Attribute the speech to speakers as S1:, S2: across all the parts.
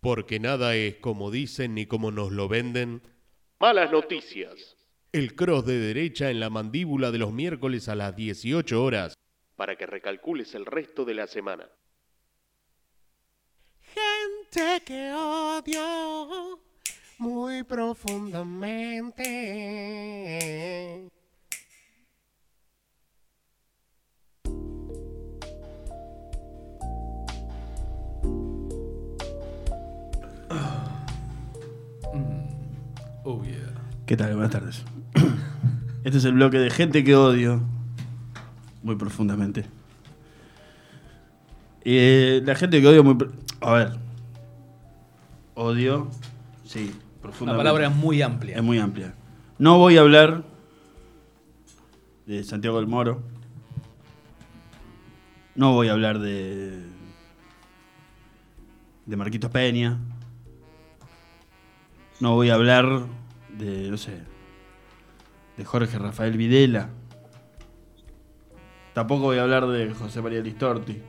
S1: porque nada es como dicen ni como nos lo venden.
S2: Malas noticias.
S1: El cross de derecha en la mandíbula de los miércoles a las 18 horas.
S2: Para que recalcules el resto de la semana.
S3: Gente que odio muy profundamente.
S4: Oh yeah.
S5: ¿Qué tal? Buenas tardes. Este es el bloque de gente que odio muy profundamente. Eh, la gente que odio muy... pro- A ver. Odio, sí,
S4: La
S5: profundamente.
S4: palabra es muy amplia.
S5: es muy amplia. No voy a hablar de Santiago del Moro. No voy a hablar de... De Marquitos Peña. No voy a hablar de, no sé, de Jorge Rafael Videla. Tampoco voy a hablar de José María Listorti.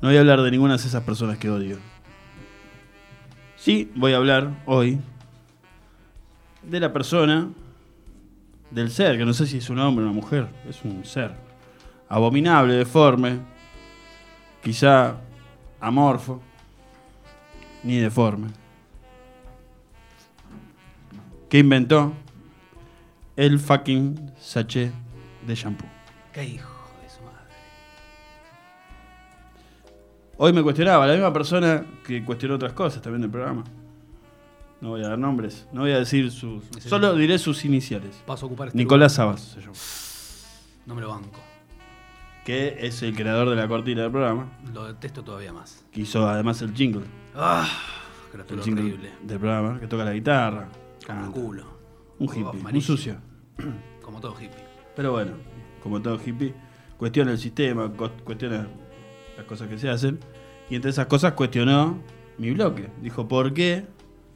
S5: No voy a hablar de ninguna de esas personas que odio. Sí, voy a hablar hoy de la persona, del ser, que no sé si es un hombre o una mujer, es un ser. Abominable, deforme, quizá amorfo, ni deforme. Que inventó el fucking sachet de shampoo.
S4: Qué hijo de su madre.
S5: Hoy me cuestionaba, la misma persona que cuestionó otras cosas también del programa. No voy a dar nombres, no voy a decir sus.
S4: Sí.
S5: Solo diré sus iniciales.
S4: Vas a ocupar este
S5: Nicolás Sabas se llama,
S4: lugar. No me lo banco.
S5: que es el creador de la cortina del programa,
S4: Lo detesto todavía más.
S5: que hizo además el jingle.
S4: ¡Ah!
S5: El
S4: Criatura
S5: jingle
S4: horrible.
S5: del programa, que toca la guitarra.
S4: Como el
S5: canta.
S4: culo.
S5: Un
S4: Oh,
S5: hippie, un
S4: malísimo.
S5: sucio.
S4: Como todo hippie.
S5: Pero bueno, como todo hippie, cuestiona el sistema, co- cuestiona las cosas que se hacen. Y entre esas cosas cuestionó mi bloque. Dijo, ¿por qué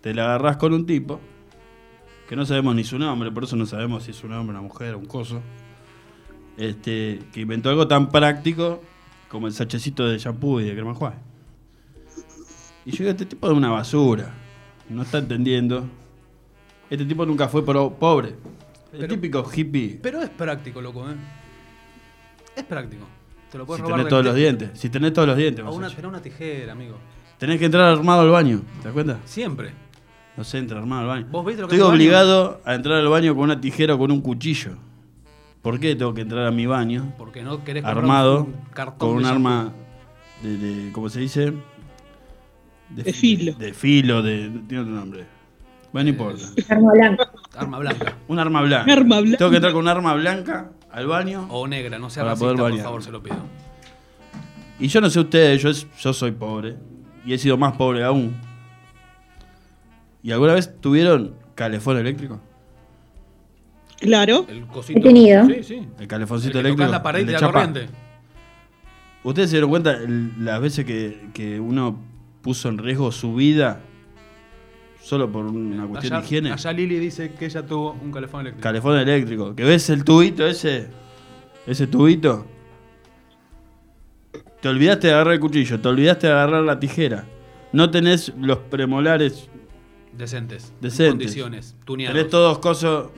S5: te la agarrás con un tipo que no sabemos ni su nombre? Por eso no sabemos si es un hombre, una mujer, un coso. Este, que inventó algo tan práctico como el sachecito de shampoo y de crema enjuague. Y yo digo, este tipo es una basura. No está entendiendo. Este tipo nunca fue pro- pobre. El
S4: Pero-
S5: típico hippie.
S4: Pero es práctico, loco, ¿eh? Es práctico. Te lo puedes
S5: Si
S4: robar.
S5: tenés
S4: del
S5: todos los
S4: te-
S5: dientes, si tenés todos los dientes,
S4: A
S5: vas
S4: una,
S5: allá.
S4: pero una tijera, amigo.
S5: tenés que entrar armado al baño, ¿te das cuenta?
S4: Siempre.
S5: No sé, entra armado al baño.
S4: ¿Vos viste lo que
S5: Estoy
S4: hace el
S5: obligado a entrar al baño con una tijera o con un cuchillo. ¿Por qué tengo que entrar a mi baño
S4: Porque no querés comprar
S5: armado
S4: un cartón
S5: con
S4: de
S5: un
S4: shampoo.
S5: arma de, de- ¿cómo se dice?
S6: De filo.
S5: De, filo, de tiene otro nombre. Bueno, no importa.
S6: Arma blanca.
S4: Arma blanca.
S5: Un arma blanca.
S6: Arma blanca.
S5: Tengo que entrar con un arma blanca al baño.
S4: O negra, no sea
S5: Para
S4: racista,
S5: poder
S4: por
S5: variar.
S4: favor, se lo pido.
S5: Y yo no sé ustedes, yo, es- yo soy pobre. Y he sido más pobre aún. ¿Y alguna vez tuvieron calefón eléctrico?
S6: Claro.
S4: El cosito.
S7: He tenido.
S4: Sí, sí.
S5: El
S4: El
S5: calefoncito
S4: que
S5: eléctrico.
S4: tocás la pared y
S5: el
S4: te
S5: de
S4: da
S5: chapa.
S4: corriente.
S5: ¿Ustedes se dieron cuenta el- las veces que, que uno puso en riesgo su vida solo por una cuestión
S4: Eh, allá,
S5: de higiene?
S4: Allá Lili dice que ella tuvo un calefón eléctrico.
S5: Calefón eléctrico. ¿Que ves el tubito ese? Ese tubito. Te olvidaste de agarrar el cuchillo, te olvidaste de agarrar la tijera. No tenés los premolares
S4: Decentes.
S5: Decentes.
S4: Condiciones. Tuneados.
S5: Tenés todos cosos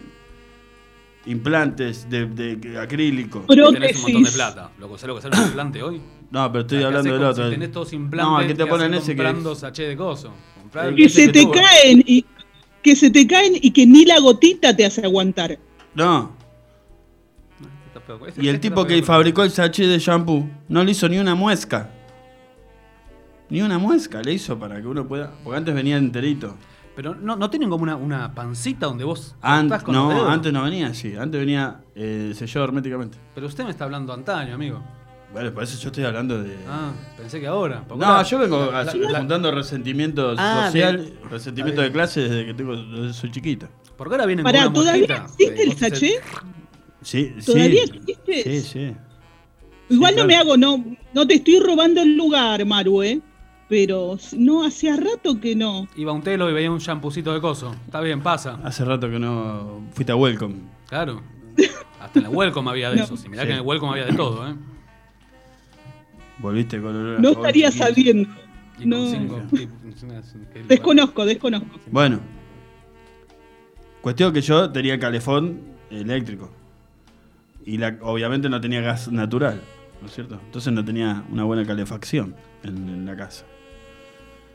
S5: implantes de, de acrílico.
S4: Tenés un montón de
S6: Prótesis.
S4: plata. Loco, ¿sabés lo que sale un implante hoy?
S5: No, pero estoy
S4: ¿Qué
S5: hablando
S4: hacés
S5: del
S4: con-
S5: otro. eh.
S4: Si tenés todos implantes,
S5: no, el que te
S4: ¿qué
S5: ponen
S4: hacés
S5: ese que
S4: comprando
S5: es-
S4: sachet de coso. Comprá el
S6: Que
S4: ese
S6: se te
S4: tuvo.
S6: caen y que se te caen y que ni la gotita te hace aguantar.
S5: No,
S4: Está peor. Ese-
S5: y el
S4: ese
S5: tipo
S4: está peor.
S5: que fabricó el sachet de shampoo no le hizo ni una muesca. Ni una muesca le hizo para que uno pueda... Porque antes venía enterito.
S4: Pero no, no tienen como una, una pancita donde vos
S5: Ant-
S4: cortás con los
S5: no,
S4: dedos.
S5: antes no venía así. Antes venía eh, sellado herméticamente.
S4: Pero usted me está hablando antaño, amigo.
S5: Bueno, por eso yo estoy hablando de...
S4: Ah, pensé que ahora. Porque
S5: No,
S4: la-
S5: yo vengo
S4: la- la-
S5: as-
S4: la-
S5: juntando resentimiento
S4: Ah,
S5: social,
S4: de-
S5: resentimiento de clase desde que tengo, desde soy chiquita.
S4: Porque ahora vienen
S6: Pará,
S4: con una
S6: ¿todavía
S4: mosquita.
S6: existe
S4: Eh,
S6: el
S4: vos haces-
S6: sachet?
S5: Sí, sí.
S6: ¿Todavía existe?
S5: Sí, sí.
S6: Igual
S5: sí, claro.
S6: no me hago, no, no te estoy robando el lugar, Maru, ¿eh? Pero si- no, hacía rato que no.
S4: Iba a un telo y veía un champucito de coso. Está bien, pasa.
S5: Hace rato que no fuiste a Welcome.
S4: Claro. Hasta en la Welcome había de
S6: No.
S4: eso. Y mirá
S5: Sí.
S4: que en el Welcome había de todo, ¿eh?
S5: Volviste con olor a
S6: No
S5: jabón
S6: estaría
S5: chiquito.
S6: sabiendo.
S4: Y con
S6: No.
S4: cinco tipos, es un- que-
S6: Desconozco, desconozco.
S5: Bueno. Cuestión que yo tenía calefón eléctrico. Y la, obviamente no tenía gas natural, ¿no es cierto? Entonces no tenía una buena calefacción en, en la casa.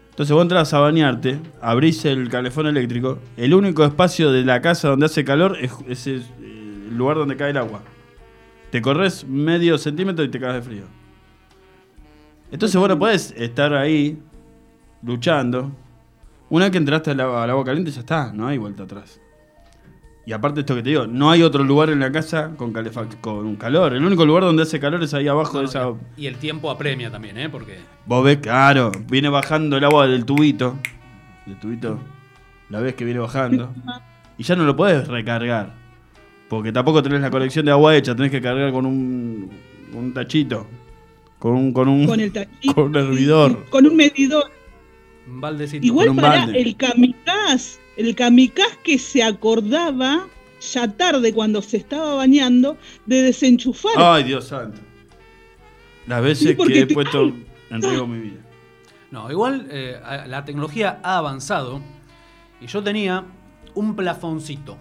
S5: Entonces vos entras a bañarte, abrís el calefón eléctrico, el único espacio de la casa donde hace calor es, es el eh, el lugar donde cae el agua. Te corres medio centímetro y te cagas de frío. Entonces vos no podés estar ahí luchando una vez que entraste al agua, al agua caliente ya está, no hay vuelta atrás. Y aparte esto que te digo, no hay otro lugar en la casa con calefac- con calor. El único lugar donde hace calor es ahí abajo
S4: No,
S5: de esa...
S4: Y el tiempo apremia también, ¿eh? Porque
S5: Vos ves, claro, viene bajando el agua del tubito. Del tubito. La ves que viene bajando. Y ya no lo podés recargar. Porque tampoco tenés la colección de agua hecha, tenés que cargar con un, un tachito. Con un... Con un,
S6: Con el tachito.
S5: Con un hervidor.
S6: Con un medidor.
S4: un baldecito.
S6: Igual
S5: un
S6: para
S5: balde.
S6: el kamikaze, el kamikaze que se acordaba ya tarde cuando se estaba bañando de desenchufar.
S5: Ay, Dios santo. Las
S6: Sí,
S5: veces
S6: porque
S5: que he
S6: te-
S5: puesto
S6: ay,
S5: en riesgo mi vida.
S4: No, igual eh, a- la tecnología ha avanzado y yo tenía un plafoncito.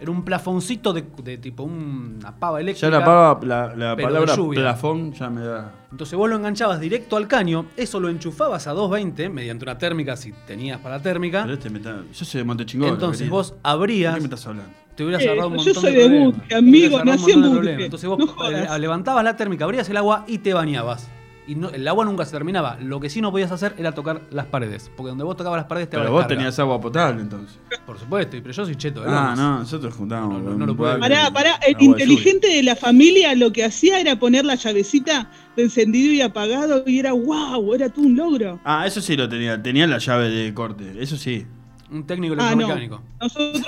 S4: Era un plafoncito de, de tipo una pava
S5: Ya
S4: eléctrica.
S5: la, pava- la, la
S4: pero de
S5: palabra
S4: lluvia.
S5: plafón ya me da.
S4: Entonces vos lo enganchabas directo al caño, eso lo enchufabas a 220 mediante una térmica si tenías para térmica.
S5: Pero este me está. Yo soy de Montechingón.
S4: Entonces
S5: querido.
S4: vos
S5: ¿De
S4: abrías
S5: qué me estás hablando?
S4: Te hubieras
S6: Eh,
S4: ahorrado un
S6: yo
S4: montón
S6: soy de
S4: problemas.
S6: Buque,
S4: Te
S6: amigo,
S4: hubieras ahorrado un
S6: nací en
S4: montón de
S6: Buque.
S4: problemas. Entonces
S6: No
S4: vos eh,
S6: jodas.
S4: levantabas la térmica, abrías el agua y te bañabas. Y no- el agua nunca se terminaba. Lo que sí no podías hacer era tocar las paredes. Porque donde vos tocabas las paredes te
S5: Pero
S4: daba
S5: vos
S4: descarga.
S5: tenías agua potable entonces.
S4: Por supuesto, y- pero yo soy cheto. de
S5: Ah,
S4: Lomas.
S5: no, nosotros juntábamos.
S4: No, no, no lo puedo-
S6: Pará, pará, el
S5: Agua de
S6: inteligente de la familia lo que hacía era poner la llavecita de encendido y apagado y era wow, era todo un logro.
S5: lluvia. Ah, eso sí lo tenía. Tenía la llave de corte. Eso sí.
S4: Un técnico
S6: Ah, no.
S4: electromecánico.
S6: Nosotros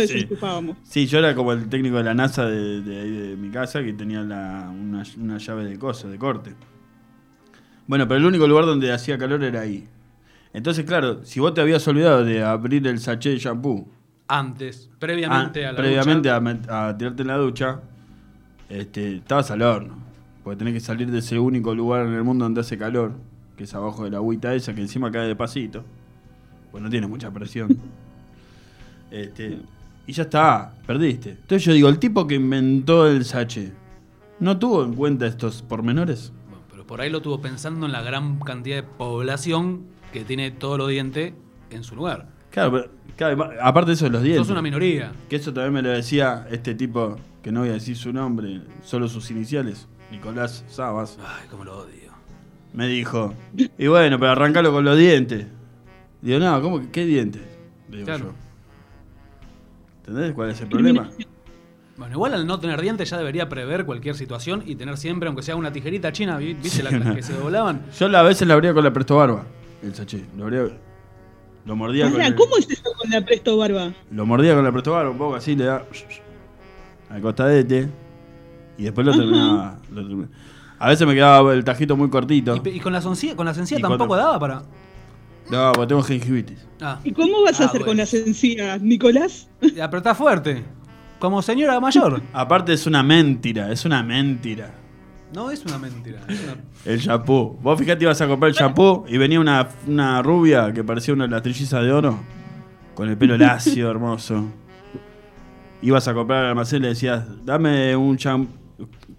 S5: Sí, sí.
S6: desenchufábamos.
S5: Sí, yo era como el técnico de la NASA de, de ahí de mi casa que tenía la- una, una llave de cosa, de corte. Bueno, pero el único lugar donde hacía calor era ahí. Entonces, claro, si vos te habías olvidado de abrir el sachet de shampoo
S4: Antes, previamente
S5: Ah,
S4: a la
S5: previamente
S4: ducha.
S5: a met- a, tirarte en la ducha, este, estabas al horno. Porque tenés que salir de ese único lugar en el mundo donde hace calor, que es abajo de la agüita esa, que encima cae de pasito. Pues no tiene mucha presión. Este, y ya está, perdiste. Entonces yo digo, el tipo que inventó el sache, ¿no tuvo en cuenta estos pormenores?
S4: Bueno, pero por ahí lo tuvo pensando en la gran cantidad de población que tiene todos los dientes en su lugar.
S5: Claro, pero- claro, aparte de eso de los dientes.
S4: Sos una minoría.
S5: Que eso también me lo decía este tipo, que no voy a decir su nombre, solo sus iniciales, Nicolás Sabas.
S4: Ay, cómo lo odio.
S5: Me dijo. Y bueno, pero arrancalo con los dientes. Digo, no, ¿cómo que qué dientes? Digo
S4: Claro.
S5: yo. ¿Entendés cuál es el problema?
S4: Bueno, igual al no tener dientes ya debería prever cualquier situación y tener siempre, aunque sea una tijerita china, ¿vi- ¿viste?
S5: Sí,
S4: la-
S5: una-
S4: las que se doblaban.
S5: Yo la- a veces la abría con la presto barba, el sachet. Lo abría. Lo mordía con
S6: Pará,
S5: el-
S6: ¿cómo es eso con la presto barba?
S5: Lo mordía con la presto barba un poco así, le da. Al costadete. Y después lo terminaba. lo terminaba. A veces me quedaba el tajito muy cortito.
S4: Y, pe- y con las encías, con las encías
S5: Ah. Y
S4: tampoco
S5: cuando-
S4: daba para.
S5: No, porque tengo gingivitis.
S4: Ah,
S6: ¿Y cómo vas a
S4: Ah,
S6: hacer con
S4: bueno.
S6: las encías, Nicolás?
S4: y apretá fuerte. Como señora mayor.
S5: Aparte es una mentira, es una mentira.
S4: No es una mentira. es una-
S5: El shampoo. Vos fijate, ibas a comprar el shampoo y venía una, una rubia que parecía una lastrillizas de oro. Con el pelo lacio, hermoso. Ibas a comprar al almacén y le decías, dame un shampoo.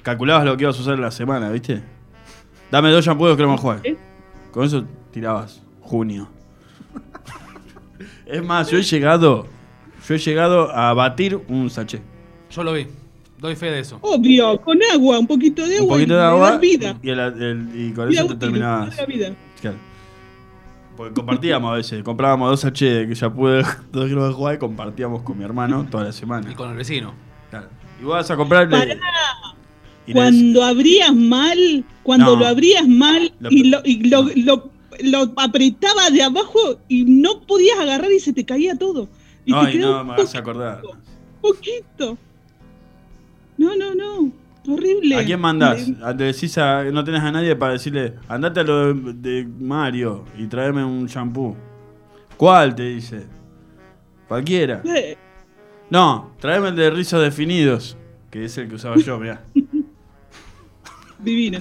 S5: Calculabas lo que ibas a usar en la semana, ¿viste? Dame dos shampoos que vamos a jugar. Con eso tirabas junio. es más, yo he llegado. Yo he llegado a batir un sachet.
S4: Yo lo vi. Doy fe de eso.
S6: Obvio, con agua, un poquito de
S5: Un
S6: agua,
S5: poquito
S6: y
S5: de
S6: le
S5: agua.
S6: das vida.
S5: Y, el- el- y con
S6: Vida
S5: eso te
S6: útil,
S5: terminabas.
S6: toda la vida.
S5: Claro. Porque compartíamos a veces, comprábamos dos H que ya pude dos kilos de jugar y compartíamos con mi hermano toda la semana.
S4: Y con el vecino.
S5: Claro. Y vas a comprarle.
S6: Pará,
S5: y le decís,
S6: Cuando abrías mal, cuando
S5: No.
S6: lo abrías mal
S5: Lo-
S6: y, lo, y lo,
S5: no.
S6: lo- lo apretabas de abajo y no podías agarrar y se te caía todo. Y te
S5: Ay,
S6: quedaba
S5: no,
S6: un
S5: me vas a acordar.
S6: poquito. No, no, no. Horrible.
S5: ¿A quién mandás?
S6: Le-
S5: A- Le decís a- no tenés a nadie para decirle, andate a lo de, de Mario y tráeme un shampoo. ¿Cuál? Te dice. Cualquiera.
S6: le-
S5: No, tráeme el de rizos definidos, que es el que usaba yo, mirá.
S6: Divino.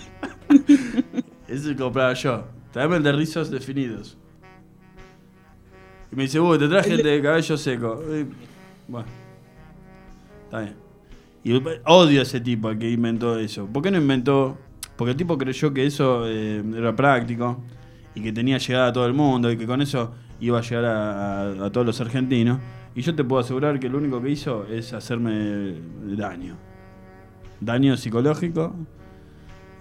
S5: Ese compraba yo. Traeme el de rizos definidos. Y me dice, uy, te traje el de cabello seco. Eh, Bueno. Está bien. Y odio a ese tipo al que inventó eso. ¿Por qué no inventó? Porque el tipo creyó que eso eh, era práctico y que tenía llegada a todo el mundo y que con eso iba a llegar a, a- a todos los argentinos. Y yo te puedo asegurar que lo único que hizo es hacerme daño. Daño psicológico.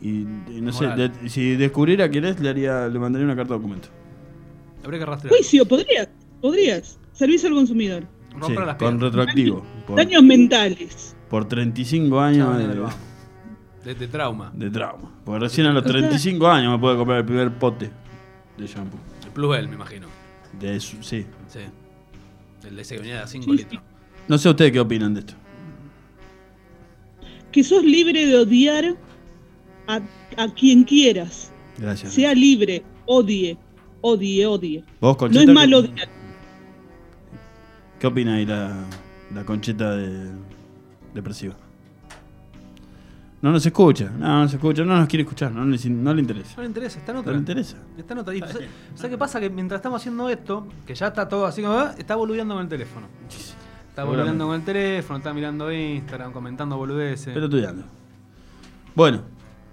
S5: Y, y no sé,
S4: Moral.
S5: le- si descubriera quién es, le, haría, le mandaría una carta de documento.
S4: Habría que rastrear.
S6: Juicio, podrías, podrías. Servicio al consumidor.
S5: Sí,
S4: Romper las
S5: con
S4: piernas.
S5: retroactivo. Por,
S6: Daños mentales.
S5: por 35 años
S4: Chao,
S5: de,
S4: De, de trauma.
S5: de trauma. Porque recién a los
S6: O sea-
S5: 35 años me pude comprar el primer pote de shampoo.
S4: El Plusbel, me imagino.
S5: De su- sí.
S4: Sí. El de ese que venía de 5
S6: Sí, sí.
S4: litros.
S5: No sé ustedes qué opinan de esto.
S6: Que sos libre de odiar a, a quien quieras.
S5: Gracias.
S6: Sea libre, odie, odie, odie.
S5: Vos,
S6: No
S5: Concheta,
S6: es
S5: ¿qué-
S6: malo odiar.
S5: ¿Qué opina ahí la, la concheta de, depresiva? No nos escucha, no nos escucha, no nos quiere escuchar, no, le- no le interesa.
S4: No le interesa, está en
S5: No
S4: otra.
S5: le interesa.
S4: Está en otra. Y, ¿sabes, ¿sabes qué pasa? Que mientras estamos haciendo esto, que ya está todo así como. ah, Está boludeando con el teléfono. Está boludeando con el teléfono, está mirando Instagram, comentando boludeces.
S5: Pero estudiando. Bueno,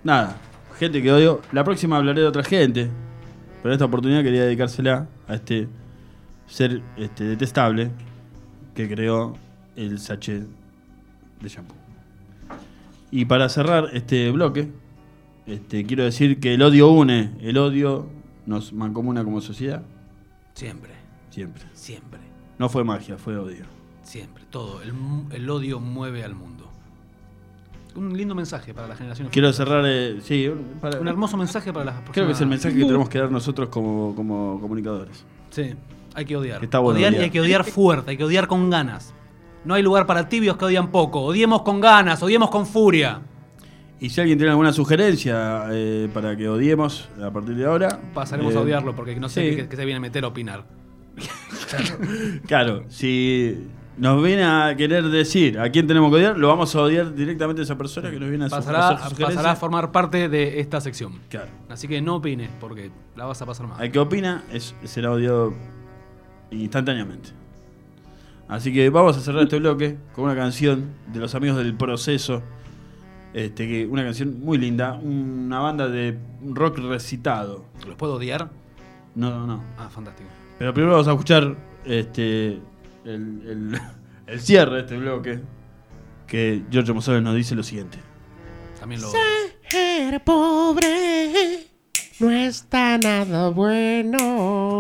S5: nada, gente que odio. La próxima hablaré de otra gente, pero esta oportunidad quería dedicársela a este ser este, detestable que creó el sachet de shampoo. Y para cerrar este bloque, este, quiero decir que el odio une, el odio nos mancomuna como sociedad,
S4: Siempre,
S5: siempre.
S4: siempre,
S5: No fue magia, fue odio.
S4: siempre. Todo. El, mu- el odio mueve al mundo. Un lindo mensaje para la generación.
S5: Quiero cerrar, eh, sí, un- para-
S4: Un hermoso mensaje para las
S5: creo que es el
S4: próximas-
S5: mensaje que tenemos que dar nosotros como, como comunicadores.
S4: Sí, hay que odiar.
S5: Está bueno
S4: odiar, y
S5: odiar.
S4: hay que odiar fuerte, hay que odiar con ganas. No hay lugar para tibios que odian poco. Odiemos con ganas, odiemos con furia.
S5: Y si alguien tiene alguna sugerencia eh, para que odiemos a partir de ahora.
S4: Pasaremos
S5: eh,
S4: a odiarlo porque no sé
S5: sí.
S4: qué, qué se viene a meter a opinar.
S5: Claro, si nos viene a querer decir a quién tenemos que odiar, lo vamos a odiar directamente a esa persona que nos viene a su-
S4: Pasará,
S5: hacer sugerencias.
S4: pasará a formar parte de esta sección.
S5: Claro.
S4: Así que no opines porque la vas a pasar mal.
S5: Al que opina es, será odiado instantáneamente. Así que vamos a cerrar este bloque con una canción de los amigos del proceso. Este, que una canción muy linda, una banda de rock recitado.
S4: ¿Los puedo odiar?
S5: No, no, no.
S4: Ah, fantástico.
S5: Pero primero vamos a escuchar este el, el- el cierre de este bloque. Que Giorgio Mosales nos dice lo siguiente.
S4: También lo.
S3: Ser pobre no está nada bueno.